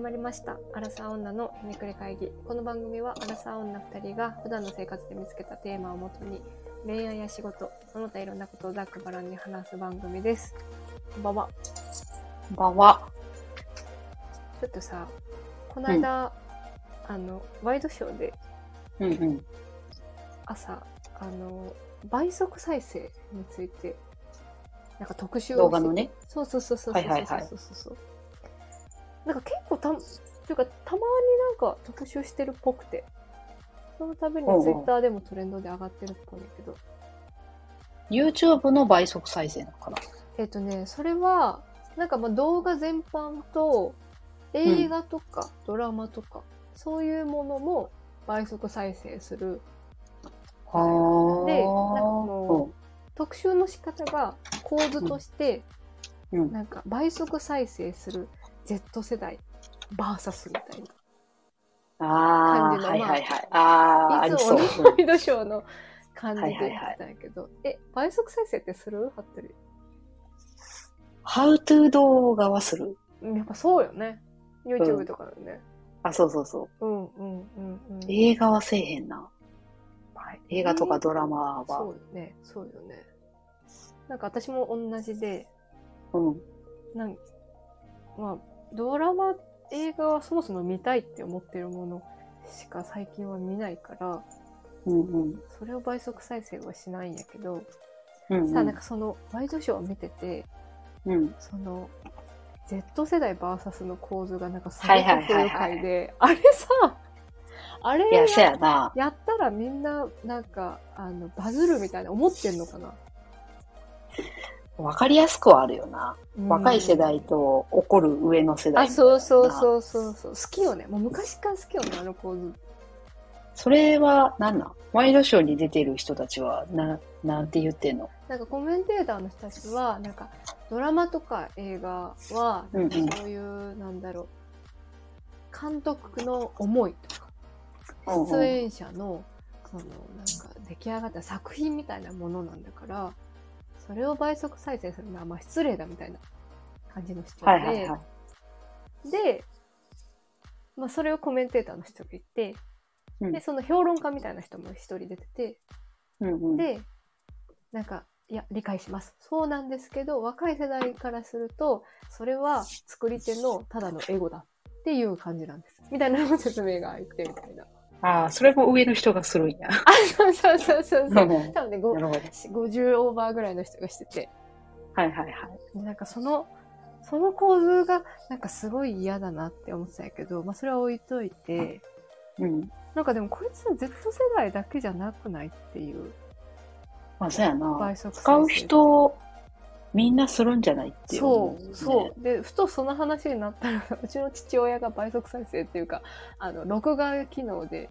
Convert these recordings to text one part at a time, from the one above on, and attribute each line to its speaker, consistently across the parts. Speaker 1: まりました。アラサー女のひねくれ会議。この番組はアラサー女2人が普段の生活で見つけたテーマをもとに恋愛や仕事、その他いろんなことをざっくばらんに話す番組です。こんばんは。
Speaker 2: こんばんは。
Speaker 1: ちょっとさ、この間、あの、ワイドショーで
Speaker 2: うんうん。
Speaker 1: 朝、あの、倍速再生について、なんか特集をしてて
Speaker 2: 動画のね。
Speaker 1: そうそうそうそうそうそ
Speaker 2: はいうは
Speaker 1: そ
Speaker 2: いはいう
Speaker 1: そうなんか結構たっていうかたまになんか特集してるっぽくてそのたびに
Speaker 2: うんうん
Speaker 1: ツイッターでもトレンドで上がってるっぽいんだけど
Speaker 2: YouTube の倍速再生なのかな。
Speaker 1: えっ、とねそれはなんかまあ動画全般と映画とかドラマとか、そういうものも倍速再生する
Speaker 2: はー
Speaker 1: でなんかこ特集の仕方が構図として、
Speaker 2: うんうん
Speaker 1: なんか倍速再生する Z 世代 VS みたいな。
Speaker 2: あ
Speaker 1: 感じの
Speaker 2: ーはいはいはい。ああ、あ
Speaker 1: い
Speaker 2: り
Speaker 1: つ
Speaker 2: そう
Speaker 1: もね。
Speaker 2: うん
Speaker 1: ワイドショーの感じで
Speaker 2: はいはい
Speaker 1: や
Speaker 2: はい
Speaker 1: ってたんやけど、え倍速再生ってするハットリ
Speaker 2: How to 動画はする。
Speaker 1: うんやっぱそうよね YouTube とかのね
Speaker 2: あ、そうそうそう。
Speaker 1: うんうんうんうん
Speaker 2: 映画はせえへんな。映画とかドラマ
Speaker 1: そ
Speaker 2: は。
Speaker 1: うよねそうよねなんか私も同じで
Speaker 2: うん。
Speaker 1: なんまあドラマ映画はそもそも見たいって思ってるものしか最近は見ないから
Speaker 2: うんうん。
Speaker 1: それを倍速再生はしないんやけど、
Speaker 2: うん
Speaker 1: さ
Speaker 2: う
Speaker 1: あなん
Speaker 2: ん
Speaker 1: かそのワイドショーを見てて
Speaker 2: うん。
Speaker 1: その Z 世代 VS の構図がなんかすご
Speaker 2: はいいはい
Speaker 1: 不
Speaker 2: はい
Speaker 1: 愉
Speaker 2: はい
Speaker 1: 快で、あれさ、あれ
Speaker 2: い
Speaker 1: や
Speaker 2: や、せやな。
Speaker 1: やったらみんななんかあのバズるみたいな思ってんのかな、
Speaker 2: わかりやすくはあるよな。
Speaker 1: うん
Speaker 2: 若い世代と怒る上の世代
Speaker 1: あ、。そうそう
Speaker 2: う。
Speaker 1: そうそうそう。好きよね。もう昔から好きよね、あの構図。
Speaker 2: それは何なんワイドショーに出てる人たちは、な、なんて言ってんの
Speaker 1: なんかコメンテーターの人たちは、なんかドラマとか映画は、なんか
Speaker 2: うんうん
Speaker 1: そういう、なんだろう、監督の思いとか、
Speaker 2: うんうん
Speaker 1: 出演者のそのなんか出来上がった作品みたいなものなんだからそれを倍速再生するのはまあ失礼だみたいな感じの人で、
Speaker 2: はいはいはい。
Speaker 1: で、まあ、それをコメンテーターの人が言って、
Speaker 2: うん
Speaker 1: でその評論家みたいな人も一人出てて
Speaker 2: うんうん、
Speaker 1: でなんかいや理解しますそうなんですけど若い世代からするとそれは作り手のただのエゴだっていう感じなんですみたいな説明が入ってみたいな。
Speaker 2: ああ、それも上の人がするんや。
Speaker 1: あそうそうそうそうそう
Speaker 2: うんうん
Speaker 1: 多分ね、
Speaker 2: なるほど。
Speaker 1: 50オーバーぐらいの人がしてて、
Speaker 2: はいはいはい。
Speaker 1: でなんかその、その構図がなんかすごい嫌だなって思ってたんやけど、まあそれは置いといて、
Speaker 2: うん。
Speaker 1: なんかでもこいつ Z 世代だけじゃなくないっていう
Speaker 2: まあ、そうや
Speaker 1: 倍
Speaker 2: な。
Speaker 1: 速再生
Speaker 2: 使う人、みんなするんじゃないって思
Speaker 1: そう
Speaker 2: ね、
Speaker 1: う、そう。で、ふとその話になったら、うちの父親が倍速再生っていうか、あの、録画機能で、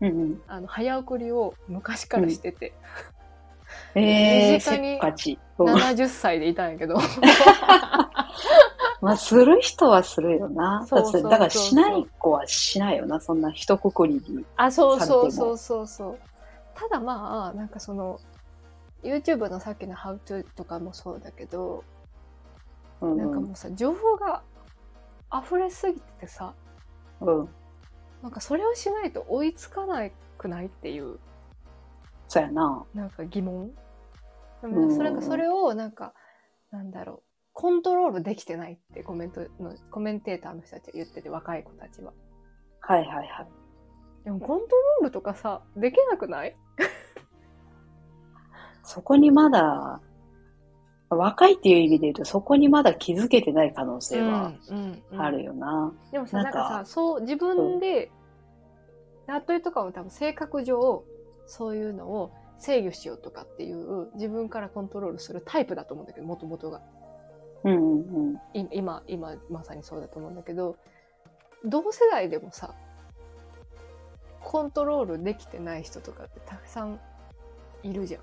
Speaker 2: うんうん。
Speaker 1: あの、早送りを昔からしてて、
Speaker 2: ええ
Speaker 1: 身
Speaker 2: ー、
Speaker 1: 近に
Speaker 2: せっかち。うん
Speaker 1: 70歳でいたんやけど、
Speaker 2: まあ、する人はするよな。
Speaker 1: そう
Speaker 2: だ
Speaker 1: そうそうそう
Speaker 2: だから、しない子はしないよな。そんな一括りに。
Speaker 1: あ、そう
Speaker 2: されて
Speaker 1: そう
Speaker 2: も
Speaker 1: そうそうそう。ただまあ、なんかその、YouTube のさっきの How to とかもそうだけど、
Speaker 2: うん
Speaker 1: なんか
Speaker 2: う
Speaker 1: もうさ、情報が溢れすぎててさ、
Speaker 2: ん。うん。
Speaker 1: なんかそれをしないと追いつかないくないっていう、
Speaker 2: そうやな。
Speaker 1: なんか疑問。で
Speaker 2: う
Speaker 1: も
Speaker 2: ん
Speaker 1: それかそれをなんか、なんだろう、コントロールできてないってコメントの、コメンテーターの人たちは言ってて、若い子たちは。
Speaker 2: はいはいはい。
Speaker 1: でもコントロールとかさ、できなくない
Speaker 2: そこにまだ、若いっていう意味で言うと、そこにまだ気づけてない可能性は
Speaker 1: うんうん
Speaker 2: あるよな。
Speaker 1: でもさ、な
Speaker 2: なんん
Speaker 1: か
Speaker 2: か
Speaker 1: さ、そう、自分で、納豆とかも多分性格上、そういうのを制御しようとかっていう、自分からコントロールするタイプだと思うんだけど、もともとが。
Speaker 2: うんうんうん。
Speaker 1: い今、今、まさにそうだと思うんだけど、同世代でもさ、コントロールできてない人とかってたくさんいるじゃん。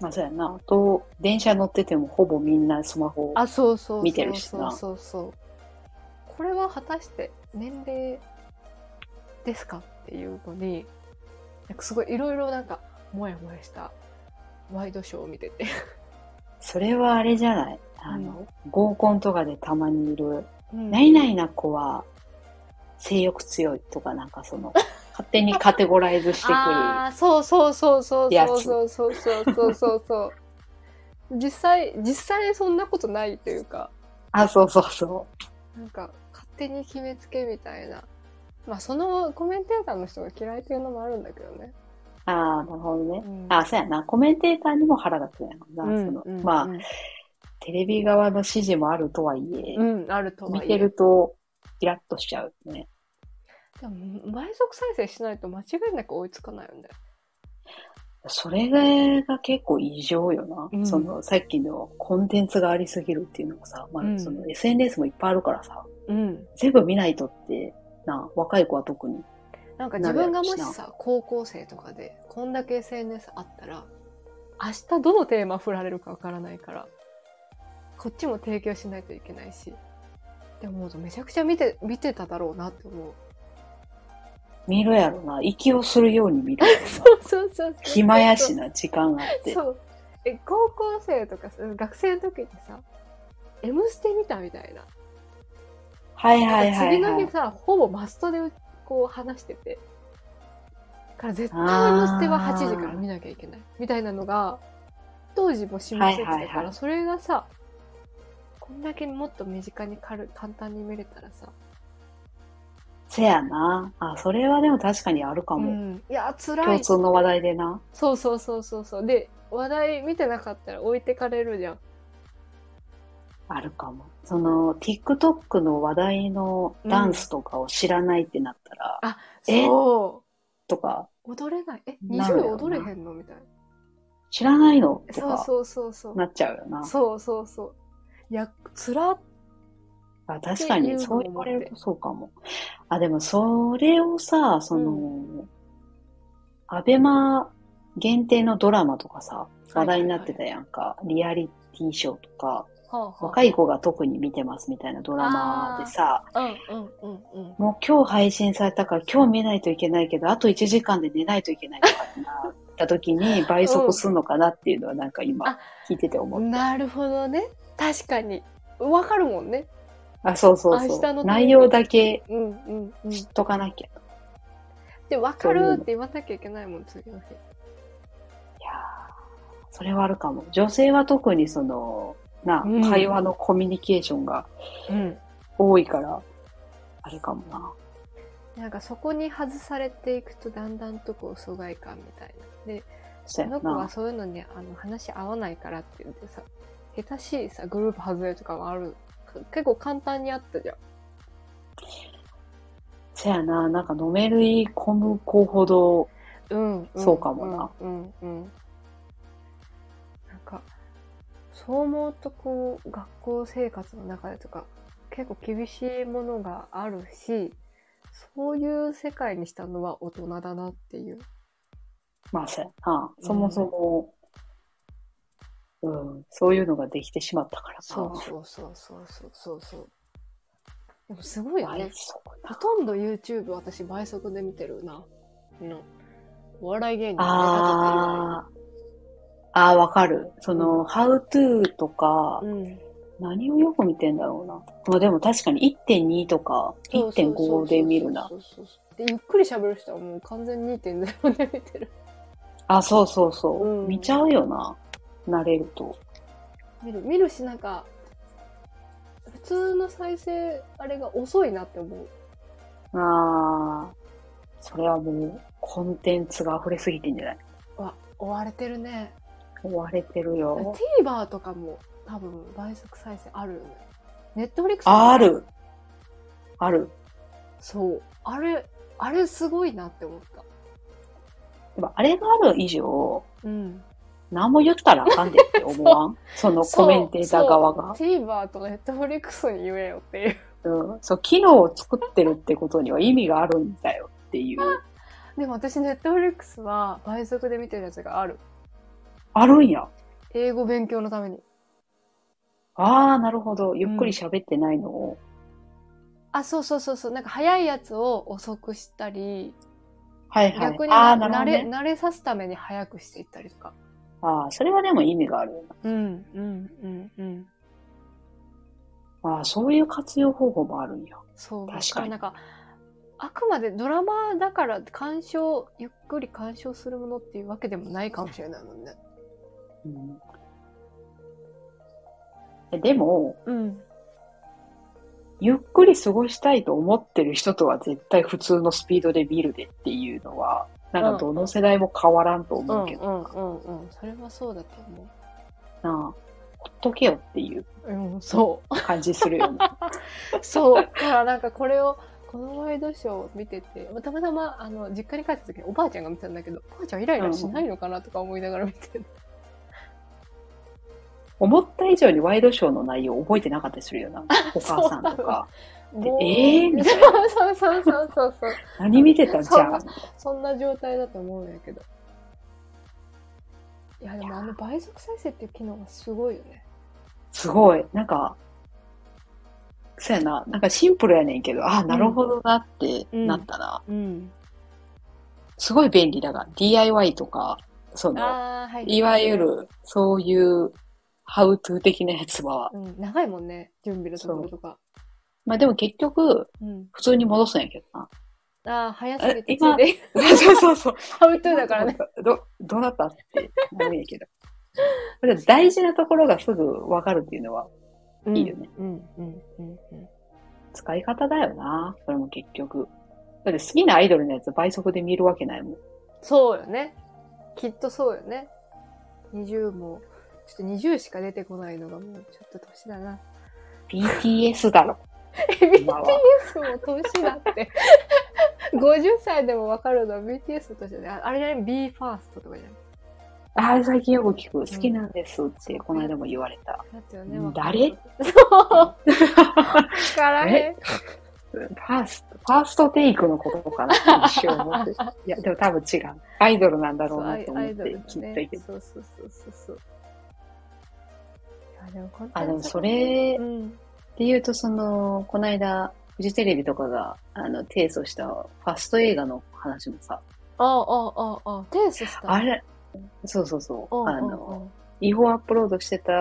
Speaker 2: まあそうやな。あと、電車乗っててもほぼみんなスマホ。
Speaker 1: あ、そうそうそうそう。
Speaker 2: 見てるしな
Speaker 1: そうそう。これは果たして年齢ですかっていうのに、なんかすごいいろいろなんか、もやもやしたワイドショーを見てて。
Speaker 2: それはあれじゃないあの、合コンとかでたまにいる、
Speaker 1: うん
Speaker 2: 何々な子は性欲強いとか、なんか その、勝手にカテゴライズしてくる。
Speaker 1: ああ、そうそうそうそう
Speaker 2: や
Speaker 1: そう
Speaker 2: つ
Speaker 1: そうそうそうそうそうそう。実際、実際そんなことないというか、
Speaker 2: あ、そうそうそ
Speaker 1: なんか勝手に決めつけみたいな。まあそのコメンテーターの人が嫌いっていうのもあるんだけどね。
Speaker 2: う。ああ、なるほどね。
Speaker 1: うん
Speaker 2: あ、そうやな。コメンテーターにも腹が強いな。
Speaker 1: うん
Speaker 2: その
Speaker 1: うん
Speaker 2: まあ、
Speaker 1: うん
Speaker 2: テレビ側の指示もあるとはいえ、
Speaker 1: うん、あるとはい
Speaker 2: 見
Speaker 1: え
Speaker 2: てると、イラッとしちゃうね。
Speaker 1: でも倍速再生しないと間違いなく追いつかないよね。
Speaker 2: それが結構異常よな。
Speaker 1: うん
Speaker 2: その、さっきのコンテンツがありすぎるっていうのもさ、ま
Speaker 1: う
Speaker 2: あ、
Speaker 1: ん
Speaker 2: その SNS もいっぱいあるからさ、
Speaker 1: うん。
Speaker 2: 全部見ないとって、な、若い子は特に。
Speaker 1: なんか自分が
Speaker 2: なる
Speaker 1: も
Speaker 2: や
Speaker 1: し
Speaker 2: ろし
Speaker 1: さ、高校生とかで、こんだけ SNS あったら、明日どのテーマ振られるかわからないから、こっちも提供しないといけないし、でももうめちゃくちゃ見て、見てただろうなって思う。
Speaker 2: 見るやろな。息をするように見るやろな。
Speaker 1: そうそうそう。
Speaker 2: 暇やしな、時間があって。
Speaker 1: そう。え、高校生とかさ学生の時にさ、M ステ見たみたいな。
Speaker 2: はいはいはい、
Speaker 1: 次
Speaker 2: は
Speaker 1: の
Speaker 2: い
Speaker 1: 日。さほぼマストでこう話しててだから絶対「M ステ」は8時から見なきゃいけないみたいなのが当時も示してたから、
Speaker 2: はいはいはい
Speaker 1: それがさこんだけもっと身近に軽簡単に見れたらさ、
Speaker 2: せやな。あ、それはでも確かにあるか
Speaker 1: う
Speaker 2: も。
Speaker 1: ん、いや辛
Speaker 2: 共
Speaker 1: い
Speaker 2: 通の話題でな。
Speaker 1: そうそうそうそうそうで話題見てなかったら置いてかれるじゃん
Speaker 2: あるかも。その、TikTok の話題のダンスとかを知らないってなったら、え
Speaker 1: そ
Speaker 2: とか、
Speaker 1: う踊れないえ
Speaker 2: なるよな
Speaker 1: 20踊れへんのみたいな
Speaker 2: 知らないのと
Speaker 1: そう
Speaker 2: か、
Speaker 1: そうそうそう
Speaker 2: なっちゃうよな。
Speaker 1: そうそうそういや辛っ
Speaker 2: あ、確かに、
Speaker 1: っていうの
Speaker 2: そ
Speaker 1: を
Speaker 2: う言われるとそうかも。あ、でも、それをさ、その、
Speaker 1: う
Speaker 2: アベマ限定のドラマとかさ、話題になって
Speaker 1: よ、
Speaker 2: たやんか、リアリティショーとか、
Speaker 1: はあはあ
Speaker 2: 若い子が特に見てますみたいなドラマでさ、
Speaker 1: うんうんうんうん。
Speaker 2: もう今日配信されたから今日見ないといけないけど、あと1時間で寝ないといけないとかってなった時 に倍速するのかなっていうのはなんか
Speaker 1: あ
Speaker 2: 今聞いてて思う。
Speaker 1: なるほどね。確かに。わかるもんね。
Speaker 2: あ、そうそうそ
Speaker 1: 明日のテレビ
Speaker 2: う。内容だけ
Speaker 1: うんうんうん。
Speaker 2: 知っとかなきゃ。
Speaker 1: で、わかるって言わなきゃいけないもん、次の日。
Speaker 2: いやーそれはあるかも。女性は特にその、な、
Speaker 1: うん
Speaker 2: 会話のコミュニケーションが
Speaker 1: うん。
Speaker 2: 多いから、あれかもな。
Speaker 1: なんかそこに外されていくと、だんだんとこう、疎外感みたいな。で、
Speaker 2: そ
Speaker 1: そう
Speaker 2: や
Speaker 1: の子は
Speaker 2: な。
Speaker 1: そういうのに、あの、話合わないからって言ってさ、下手しいさ、グループ外れとかもある。か結構簡単にあったじゃん。
Speaker 2: そやな。なんかのめり込む子ほど、
Speaker 1: うんん
Speaker 2: そうかもな。
Speaker 1: うんうん。うんなんか、そう思うとこう、学校生活の中でとか、結構厳しいものがあるし、そういう世界にしたのは大人だなっていう。
Speaker 2: まあそやな。そもそも、うん、そういうのができてしまったから
Speaker 1: そ
Speaker 2: さ
Speaker 1: う。そうそうそうそうそうそう。でもすごいよね
Speaker 2: 倍。速
Speaker 1: ほ
Speaker 2: な。
Speaker 1: とんど YouTube 私倍速で見てるな。の。お笑い芸人の
Speaker 2: あー。ああ、わかる。そうの、how to とか、
Speaker 1: 目立たず以外
Speaker 2: 何をよく見てんだろうな。まあでも確かに1.2とか
Speaker 1: うん。そうそうそうそう
Speaker 2: 1.5で見るな。
Speaker 1: そうそうそうでゆっくり喋る人はもう完全に2.0で見てる。
Speaker 2: あ、そうそうそう。
Speaker 1: うん
Speaker 2: 見ちゃうよな。慣れると。
Speaker 1: 見る見るしなんか普通の再生あれが遅いなって思う
Speaker 2: ああ、それはもうコンテンツが溢れすぎてんじゃない
Speaker 1: わ追われてるね
Speaker 2: 追われてるよ。
Speaker 1: TVer とかも多分倍速再生あるよね Netflix
Speaker 2: あ、ある。ある。
Speaker 1: そうあれあれすごいなって思った
Speaker 2: でもあれがある以上、
Speaker 1: うん
Speaker 2: 何も言ったらあかんでって思わ んそのコメンテーター側が。
Speaker 1: そう TVer と Netflix に言えよっていう
Speaker 2: うん。そう、機能を作ってるってことには意味があるんだよっていう。
Speaker 1: でも私 Netflix は倍速で見てるやつがある
Speaker 2: あるんや。
Speaker 1: 英語勉強のために
Speaker 2: ああ、なるほど。ゆっくり喋ってないのを。
Speaker 1: あそうそうそうそうなんか早いやつを遅くしたり
Speaker 2: はいはい。
Speaker 1: 逆に
Speaker 2: ああ、
Speaker 1: な
Speaker 2: なるほ
Speaker 1: 慣
Speaker 2: ど、
Speaker 1: れ
Speaker 2: ね。
Speaker 1: 慣れさすために早くしていったりとか。
Speaker 2: ああ、それはでも意味があるよ
Speaker 1: うんうんうんうん。
Speaker 2: な。ああ、そういう活用方法もあるんや。
Speaker 1: そう。
Speaker 2: 確かに
Speaker 1: らなんかあくまでドラマだから鑑賞ゆっくり鑑賞するものっていうわけでもないかもしれないもんね。
Speaker 2: うんえでも、
Speaker 1: うん。
Speaker 2: ゆっくり過ごしたいと思ってる人とは絶対普通のスピードで見るでっていうのは、なんかどの世代も変わらんと
Speaker 1: うん
Speaker 2: 思う
Speaker 1: う
Speaker 2: けど、
Speaker 1: んうんうん。それはそうだと思
Speaker 2: なあ、ほっとけよっていう
Speaker 1: う。うん、そう。
Speaker 2: 感じするよね。
Speaker 1: そう。だからなんかこれを、このワイドショーを見てて、たまたま、あの、実家に帰った時におばあちゃんが見てたんだけど、おばあちゃんイライラしないのかなとか思いながら見てる。
Speaker 2: 思った以上にワイドショーの内容覚えてなかったりするよな。お母さんと か。
Speaker 1: もう
Speaker 2: え ーみたい
Speaker 1: そうそうそうそうそう。
Speaker 2: 何見てたんじ
Speaker 1: そう
Speaker 2: ゃん。
Speaker 1: そんな状態だと思うんやけど。いや、でもあの倍速再生っていう機能がすごいよね。
Speaker 2: すごい。なんか、そうやな。なんかシンプルやねんけど、ああ、なるほどなってなったな。
Speaker 1: うん。
Speaker 2: すごい便利だが、DIY とか、その、
Speaker 1: ああ、はい。
Speaker 2: いわゆ。る、そういう、ハウトゥー的なやつは、
Speaker 1: うん、長いもんね、準備のところとか。
Speaker 2: まあでも結局、
Speaker 1: うん。
Speaker 2: 普通に戻すんやけどな。
Speaker 1: ああ、早すぎて
Speaker 2: え今
Speaker 1: つ いで、
Speaker 2: そうそうそう。
Speaker 1: ハウトゥーだからね。。
Speaker 2: ど、どうなったってなるんやけど。だって大事なところがすぐわかるっていうのは、いいよね。
Speaker 1: うん、うん、うん、うん。
Speaker 2: 使い方だよな。それも結局。だって好きなアイドルのやつ倍速で見るわけないもん。
Speaker 1: そうよね。きっとそうよね。20も、ちょっと20しか出てこないのがもうちょっと年だな。
Speaker 2: BTS だろ。
Speaker 1: BTS
Speaker 2: 今は
Speaker 1: も年だって。50歳でも分かるのは BTS の年だね。ああれじゃない ?BE:FIRST とかじゃない
Speaker 2: ああ、最近よく聞く。好きなんですって、この間も言われた。
Speaker 1: だったよね。
Speaker 2: うん
Speaker 1: わか
Speaker 2: 誰
Speaker 1: るそう。分からへん。
Speaker 2: ファースト、ファーストテイクのことかなって一瞬思って。いや、でも多分違う。アイドルなんだろ
Speaker 1: そうう
Speaker 2: な
Speaker 1: アイ
Speaker 2: と
Speaker 1: ア
Speaker 2: 思っ
Speaker 1: イド
Speaker 2: て
Speaker 1: ル
Speaker 2: 聞
Speaker 1: だ
Speaker 2: いた
Speaker 1: ね
Speaker 2: けど。。
Speaker 1: そうそうそうそうそう。いやでもコンテンツ
Speaker 2: あ、でもそれ
Speaker 1: う
Speaker 2: っ
Speaker 1: ん。
Speaker 2: て言うと、その、この間、フジテレビとかが、あの、提訴したファスト映画の話もさ、
Speaker 1: ああ、ああ、ああ。テイスした。
Speaker 2: あれ、そうそうそう、あの、
Speaker 1: の、
Speaker 2: 違法アップロードしてた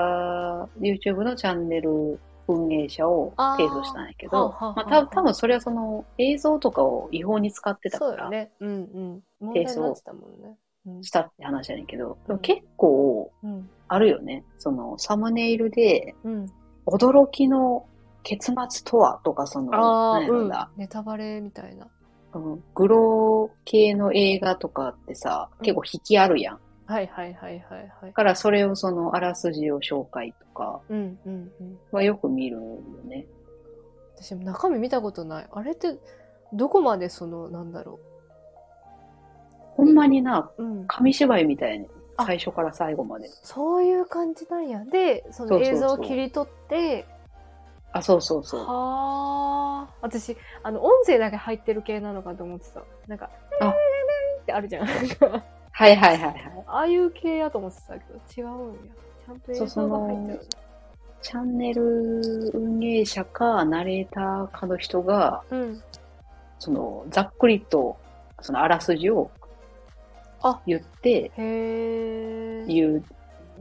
Speaker 2: YouTube のチャンネル運営者を
Speaker 1: あー
Speaker 2: 提訴したんやけ
Speaker 1: はあ
Speaker 2: ど
Speaker 1: はあは、
Speaker 2: まあ
Speaker 1: あ
Speaker 2: た多分それはその映像とかを違法に使ってた
Speaker 1: そうよ
Speaker 2: から、
Speaker 1: ね。うんうん。問題
Speaker 2: 提訴
Speaker 1: になってたもんね。うん
Speaker 2: したって話やねんけど、で
Speaker 1: う
Speaker 2: も
Speaker 1: ん
Speaker 2: 結構
Speaker 1: うん。
Speaker 2: あるよね。そのサムネイルで
Speaker 1: うん。
Speaker 2: 驚きの結末とはとか、その、
Speaker 1: ああ、
Speaker 2: なんやろな
Speaker 1: うんネタバレみたいな。
Speaker 2: うんグロー系の映画とかってさ、
Speaker 1: うん
Speaker 2: 結構引きあるやん。
Speaker 1: はいはいはいはいはい
Speaker 2: だ。からそれをそのあらすじを紹介とか
Speaker 1: うんうんうん。
Speaker 2: はよく見るよね。
Speaker 1: 私も中身見たことない。あれって、どこまでその、なんだろ
Speaker 2: ほんまにな、
Speaker 1: う。うん。
Speaker 2: 紙芝居みたいに
Speaker 1: あ
Speaker 2: 最初から最後まで。
Speaker 1: そういう感じなんや。で、そ
Speaker 2: そ
Speaker 1: の
Speaker 2: うそうそう
Speaker 1: 映像を切り取って、
Speaker 2: あ、そうそうそう。
Speaker 1: はあ。私、あの、音声だけ入ってる系なのかと思ってた。なんか、
Speaker 2: あ
Speaker 1: ってあるじゃん。
Speaker 2: はいはいはいはい。
Speaker 1: ああいう系やと思ってたけど、違うんや。ちゃんと映像が入ってる。
Speaker 2: チャンネル運営者かナレーターかの人が、
Speaker 1: うん。
Speaker 2: そのざっくりとそのあらすじを
Speaker 1: あ
Speaker 2: 言って
Speaker 1: へえ。
Speaker 2: 言う、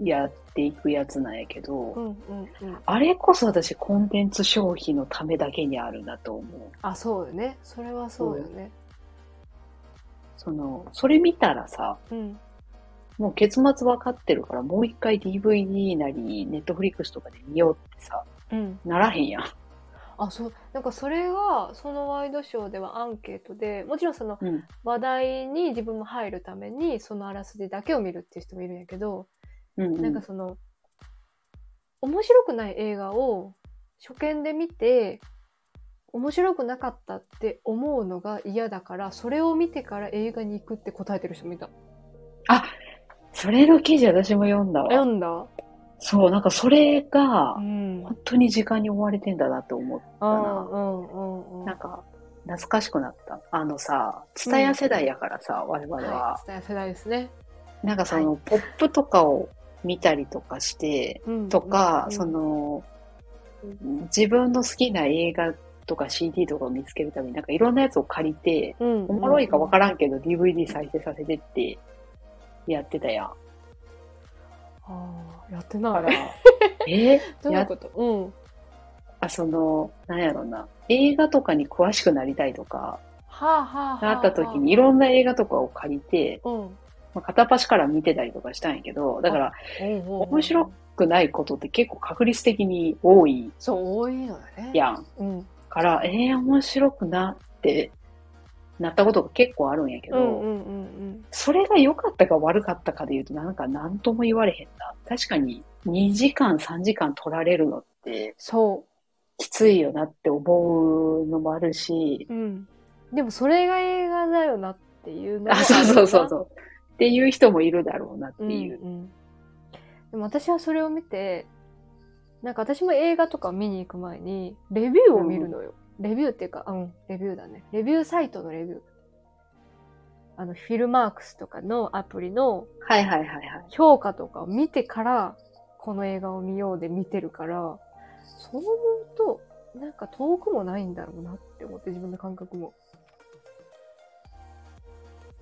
Speaker 2: やっていくやつなんやけど、
Speaker 1: うんうんうん。
Speaker 2: あれこそ私コンテンツ消費のためだけにあるなと思う。
Speaker 1: あ、そうよね。それはそうよね。
Speaker 2: その、それ見たらさ、
Speaker 1: うん。
Speaker 2: もう結末わかってるからもう一回 DVD なり、ネットフリックスとかで見ようってさ、
Speaker 1: うん。
Speaker 2: ならへんやん。
Speaker 1: あ、そう。なんかそれが、そのワイドショーではアンケートで、もちろんその
Speaker 2: うん。
Speaker 1: 話題に自分も入るために、そのあらすじだけを見るっていう人もいるんやけど、
Speaker 2: うん、うん。
Speaker 1: なんかその、面白くない映画を初見で見て、面白くなかったって思うのが嫌だから、それを見てから映画に行くって答えてる人もいた。
Speaker 2: それの記事私も読んだ
Speaker 1: 読
Speaker 2: わ。
Speaker 1: んだ
Speaker 2: そう、なんかそれが
Speaker 1: う、ん。
Speaker 2: 本当に時間に追われてんだなと思う。
Speaker 1: ああ、
Speaker 2: な
Speaker 1: うんうんうん。
Speaker 2: なんか、懐かしくなった。あのさ、ツタヤ世代やからさ、我々
Speaker 1: は
Speaker 2: は。
Speaker 1: い、伝え世代ですね。
Speaker 2: なんかその、ポップとかを見たりとかして、
Speaker 1: うん
Speaker 2: とか、
Speaker 1: うん
Speaker 2: その、自分の好きな映画とか CD とかを見つけるために、なんかいろんなやつを借りて、
Speaker 1: うん、
Speaker 2: おもろいかわかららんけど DVD 再生させてってやってたやん。
Speaker 1: ん。ああ、やって
Speaker 2: だ
Speaker 1: な
Speaker 2: か
Speaker 1: い
Speaker 2: ら。、え
Speaker 1: どういうことうん。
Speaker 2: あ、その、なんやろな。映画とかに詳しくなりたいとか、
Speaker 1: はあはあはあ。
Speaker 2: なった時にいろんな映画とかを借りて、
Speaker 1: うん。うん。
Speaker 2: まあ片っ端から見てたりとかしたんやけど、だから面
Speaker 1: 面
Speaker 2: 白くないことって結構確率的に多い
Speaker 1: そう、多いのよね。。
Speaker 2: やん。
Speaker 1: うん。
Speaker 2: から、えー、面白くなってなったことが結構あるんやけ
Speaker 1: う
Speaker 2: ど、
Speaker 1: んうんうん
Speaker 2: それが良かったか悪かったかで言うと、なんか何とも言われへんな。確かに2時間、3時間取られるのって
Speaker 1: そ
Speaker 2: きついよなって思うのもあるし、
Speaker 1: う。うん。でもそれが映画だよなっていうのも
Speaker 2: あ、そうそうそう
Speaker 1: う。
Speaker 2: そう。っていう人もいるだろうなって
Speaker 1: うん
Speaker 2: いう。
Speaker 1: うん。でも私はそれを見て、なんか私も映画とか見に行く前に、レビューを見るのよ。レビューっていうか、うん、レビューだね。レビューサイトのレビュー。あの、フィルマークスとかのアプリの
Speaker 2: はいはいはいはい。
Speaker 1: 評価とかを見てから、この映画を見ようで見てるから、そう思うと、なんか遠くもないんだろうなって思って、自分の感覚も。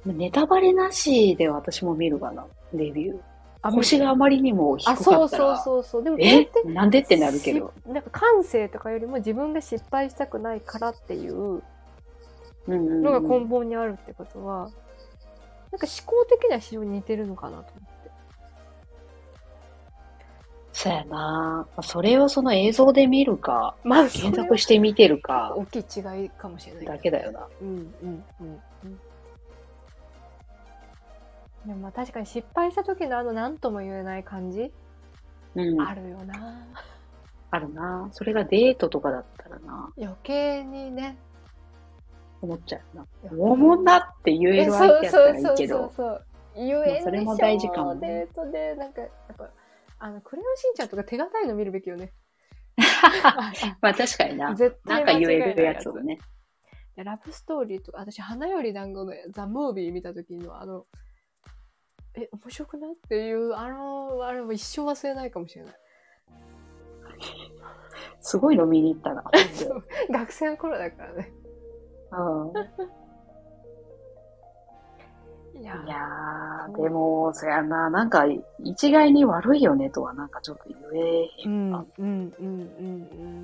Speaker 2: ネタバレなしで私も見るかな、レビュー。
Speaker 1: あ
Speaker 2: 星があまりにも低か
Speaker 1: あ、
Speaker 2: った
Speaker 1: そう
Speaker 2: ら。
Speaker 1: そうそうそう。でも、
Speaker 2: えなんでってなるけど。
Speaker 1: し。なんか感性とかよりも自分が失敗したくないからっていう
Speaker 2: うんうんうん
Speaker 1: のが根本にあるってことは、なんか思考的には非常に似てるのかなと思って。
Speaker 2: そうやなそれをその映像で見るか、
Speaker 1: まあ、
Speaker 2: 検
Speaker 1: それは
Speaker 2: 索して見てるか
Speaker 1: 大きい違いかもしれない
Speaker 2: だけだよな。
Speaker 1: うんうんうんうんでもまあ確かに失敗した時のあの何とも言えない感じ、
Speaker 2: うん。
Speaker 1: あるよな
Speaker 2: あるなそれがデートとかだったらな
Speaker 1: 余計にね
Speaker 2: 思っちゃうな。おもんなって言える相手やったらいいけ
Speaker 1: そうそ
Speaker 2: ど。
Speaker 1: うそうそうゆえんでしょ
Speaker 2: それも大事かもね
Speaker 1: デートでなんかやっぱあのクレヨンしんちゃんとか手堅いの見るべきよね
Speaker 2: まあ確かにな。
Speaker 1: 絶対
Speaker 2: なんか
Speaker 1: 間違
Speaker 2: 言え
Speaker 1: いない
Speaker 2: るやつをね。
Speaker 1: でラブストーリーとか、私、花より団子のザ・ムービー見た時の、あの、え、面白くないっていう、あの、あれも一生忘れないかもしれない。
Speaker 2: すごいの見に行っ たな。
Speaker 1: そう学生の頃だからね。
Speaker 2: う
Speaker 1: いや
Speaker 2: ん、
Speaker 1: ー
Speaker 2: いやー、でも、そやななんか、一概に悪いよねとはなんかちょっと言えへ。
Speaker 1: うんん、う
Speaker 2: あ
Speaker 1: ん、うん、うん、う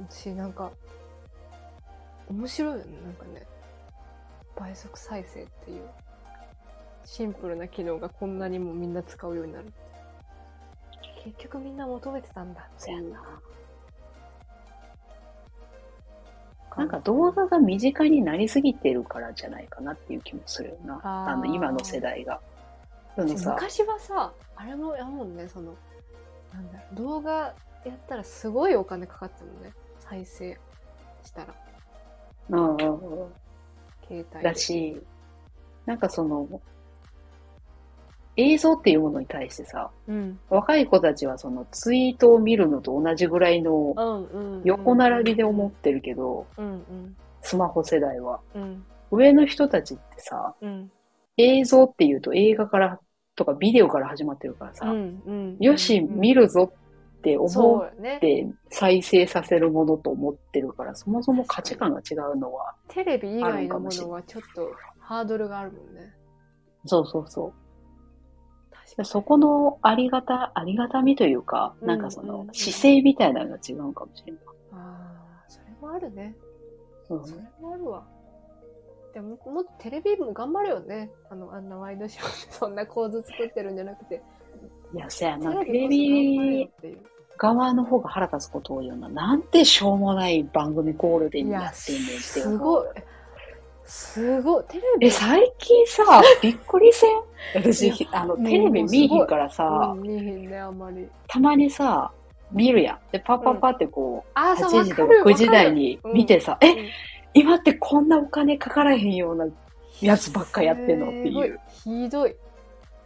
Speaker 1: ん。し、なんか、面白いよね、なんかね。倍速再生っていう、シンプルな機能がこんなにもみんな使うようになるって。結局みんな求めてたんだって
Speaker 2: そ
Speaker 1: い
Speaker 2: や
Speaker 1: う。
Speaker 2: ななんか動画が身近になりすぎてるからじゃないかなっていう気もするよな。
Speaker 1: あ
Speaker 2: あ
Speaker 1: ー
Speaker 2: の、今の世代が。そのさ、
Speaker 1: 昔はさあれもやもんねそのなんだろう動画やったらすごいお金かかってたもんね再生したら
Speaker 2: うんうんうん。
Speaker 1: 携帯で
Speaker 2: だし、なんかその、映像っていうものに対してさ、
Speaker 1: うん
Speaker 2: 若い子たちはそのツイートを見るのと同じぐらいの
Speaker 1: うんうん
Speaker 2: 横並びで思ってるけど、
Speaker 1: うんうん
Speaker 2: スマホ世代は。
Speaker 1: うん
Speaker 2: 上の人たちってさ、
Speaker 1: うん
Speaker 2: 映像っていうと映画からとかビデオから始まってるからさ、
Speaker 1: うんうん
Speaker 2: よし、見るぞって
Speaker 1: そ
Speaker 2: 思
Speaker 1: う
Speaker 2: っ
Speaker 1: よね
Speaker 2: て再生させるものと思ってるから、そもそも価値観が違うのは、
Speaker 1: テレビ以
Speaker 2: ある
Speaker 1: 外
Speaker 2: んか
Speaker 1: の
Speaker 2: も
Speaker 1: も
Speaker 2: しれん
Speaker 1: のはちょっとハードルがあるもんね
Speaker 2: そうそうそう。
Speaker 1: 確か
Speaker 2: で
Speaker 1: に
Speaker 2: そこのありがた、ありがたみというか、
Speaker 1: うん
Speaker 2: なんかそ
Speaker 1: うん
Speaker 2: の
Speaker 1: うん
Speaker 2: 姿勢みたいなのが違うかもしれない。
Speaker 1: あーそれもあるね
Speaker 2: うん
Speaker 1: それもあるわでももっとテレビも頑張れよねあのあんなワイドショーで そんな構図作ってるんじゃなくて
Speaker 2: いや、そやな、テ
Speaker 1: テレ
Speaker 2: レ
Speaker 1: ビこそ頑張れ
Speaker 2: ビ
Speaker 1: よっていう
Speaker 2: 側の方が腹立つこと多いよな。なんてしょうもない番組ゴールデン
Speaker 1: い
Speaker 2: に
Speaker 1: や
Speaker 2: なってんねんって。
Speaker 1: すごい。すごい。テレビ
Speaker 2: え、最 近さ、びっくりせん
Speaker 1: いや
Speaker 2: 私、あ
Speaker 1: も
Speaker 2: の、
Speaker 1: う
Speaker 2: テレビ見えへんからさ
Speaker 1: う、ん見えへんね、あんまり。
Speaker 2: たまにさ、見るやん。で、パッパッパってこう、
Speaker 1: あー、そう、
Speaker 2: 8
Speaker 1: わ
Speaker 2: 時
Speaker 1: か
Speaker 2: と
Speaker 1: る。
Speaker 2: か9時台に見てさ、え、
Speaker 1: え、
Speaker 2: 今ってこんなお金かからへんようなやつばっかやってんのって
Speaker 1: すご
Speaker 2: いう。。
Speaker 1: ひどい。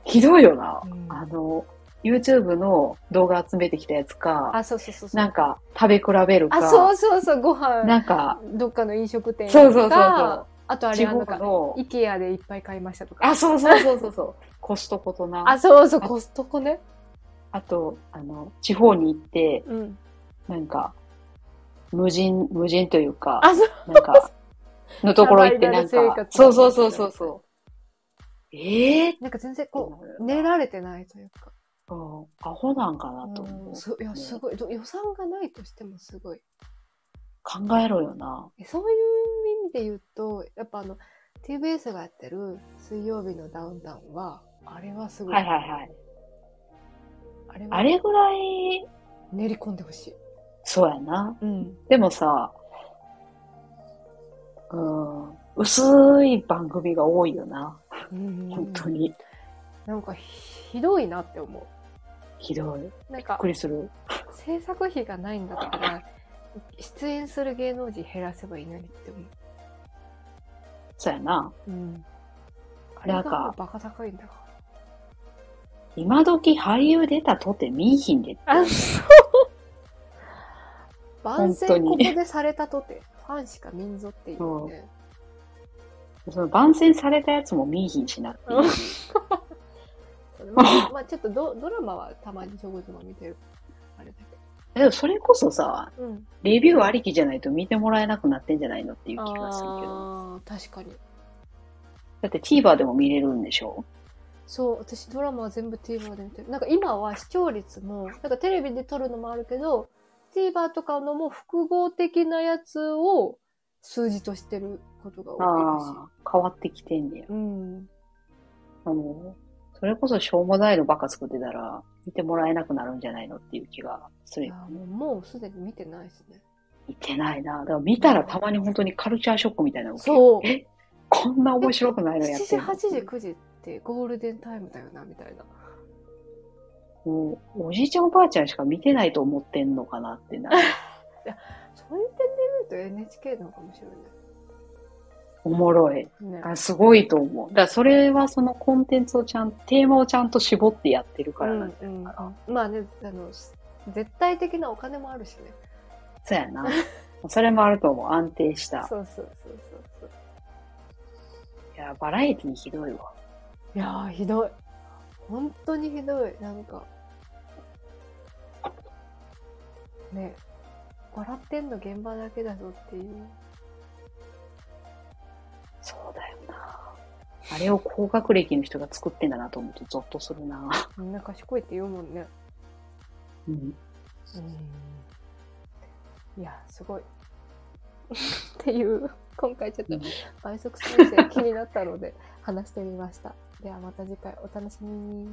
Speaker 2: ひどいよな。
Speaker 1: うん
Speaker 2: あの、YouTube の動画集めてきたやつか、
Speaker 1: あ、そうそうそうそう。
Speaker 2: なんか食べ比べる
Speaker 1: あ、そ
Speaker 2: か、
Speaker 1: うそうそう、ご飯、
Speaker 2: なんか、
Speaker 1: どっかの飲食店
Speaker 2: そうそうそう
Speaker 1: と
Speaker 2: そう
Speaker 1: か、あとあ
Speaker 2: 地
Speaker 1: れ、あ
Speaker 2: 方
Speaker 1: のか、
Speaker 2: の、
Speaker 1: IKEA でいっぱい買いましたとか。
Speaker 2: あ、そうそうそうそうそう、 コストコとな、
Speaker 1: あ、
Speaker 2: あ
Speaker 1: そうそう、コストコね。
Speaker 2: と、あの、地方に行って、
Speaker 1: うん。
Speaker 2: なんか、無人、無人というか、
Speaker 1: あ、そう。
Speaker 2: なんか、のところ行ってなん
Speaker 1: サバイバル生
Speaker 2: か、
Speaker 1: 活
Speaker 2: そうそうそうそうそう。ええ
Speaker 1: なんか全然
Speaker 2: ー、
Speaker 1: こう、練られてないというか。
Speaker 2: うんアホなんかなと
Speaker 1: う
Speaker 2: 思
Speaker 1: ん
Speaker 2: う。
Speaker 1: すいや、すごい。ど予算がないとしてもすごい。
Speaker 2: 考えろよな。
Speaker 1: えそういう意味で言うと、やっぱあの、 TBS がやってる水曜日のダウンタウンは、あれはすごい。
Speaker 2: はいはいはい。
Speaker 1: あれは
Speaker 2: あれぐらい、
Speaker 1: 練り込んでほしい。
Speaker 2: そうやな。
Speaker 1: うん。
Speaker 2: でもさ、うん、薄い番組が多いよな。本当に。
Speaker 1: なんかひひどいなって思
Speaker 2: ひどい。びっ
Speaker 1: う。なんか
Speaker 2: くりする。
Speaker 1: 制作費がないんだったら、出演する芸能人減らせばいいのにって思う。
Speaker 2: そうやな。
Speaker 1: うん。あれ
Speaker 2: な
Speaker 1: が
Speaker 2: んか
Speaker 1: もうバカ高いんだか
Speaker 2: 今時俳優出たとて見いひんでって。
Speaker 1: ら。あ、そう 万全
Speaker 2: 本当
Speaker 1: ここ
Speaker 2: に
Speaker 1: でされたとて、ファンしか見んぞっていうね。
Speaker 2: その番宣されたやつも見いひんしなっていう。
Speaker 1: まあ、まあちょっとドドラマはたまにちょこちょこ見てる。あれだ
Speaker 2: でもそれこそさ、
Speaker 1: けど。うん。
Speaker 2: レビューありきじゃないと見てもらえなくなってんじゃないのっていう気がするけど。
Speaker 1: ああ、確かに。
Speaker 2: だって TVer でも見れるんでしょ
Speaker 1: そう、私ドラマは全部 TVer で見てる。なんか今は視聴率も、なんかテレビで撮るのもあるけど、TVer とかのも複合的なやつを数字としてることが多いらし
Speaker 2: ああ、変わってきてんねや
Speaker 1: い。。うん。
Speaker 2: あの、それこそしょうもないのばっか作ってたら、見てもらえなくなるんじゃないのっていう気がする
Speaker 1: いや
Speaker 2: よ。
Speaker 1: もうもうすでに見てないですね。
Speaker 2: 見てないな。だから見たらたまに本当にカルチャーショックみたいなの受ける
Speaker 1: そう
Speaker 2: えこんな面白くないの
Speaker 1: 7
Speaker 2: やって
Speaker 1: 時、
Speaker 2: んの
Speaker 1: 8時、9時ってゴールデンタイムだよな、みたいな。
Speaker 2: もう、おじいちゃんおばあちゃんしか見てないと思ってんのかなって なる。
Speaker 1: そういう点で見ると NHK の方が面白い
Speaker 2: おもろい。
Speaker 1: ね。ね
Speaker 2: あすごいと思う。だからそれはそのコンテンツをちゃん、テーマをちゃんと絞ってやってるからなんだ
Speaker 1: うんうん
Speaker 2: かな。
Speaker 1: まあね、あの、す絶対的なお金もあるしね。
Speaker 2: そうやな。それもあると思う。安定した。
Speaker 1: そうそうそうそうそう。
Speaker 2: いや、バラエティひどいわ。
Speaker 1: いやー、ひどい。本当にひどい。なんか。ね笑ってんの現場だけだぞっていう。
Speaker 2: そうだよな。あれを高学歴の人が作ってんだなと思うとゾッとするな。
Speaker 1: みんな賢いって言うもんね。
Speaker 2: うん。
Speaker 1: いや、すごい。 っていう、今回ちょっ
Speaker 2: う
Speaker 1: と
Speaker 2: ん
Speaker 1: 倍速再生気になったので話してみました。ではまた次回お楽しみに。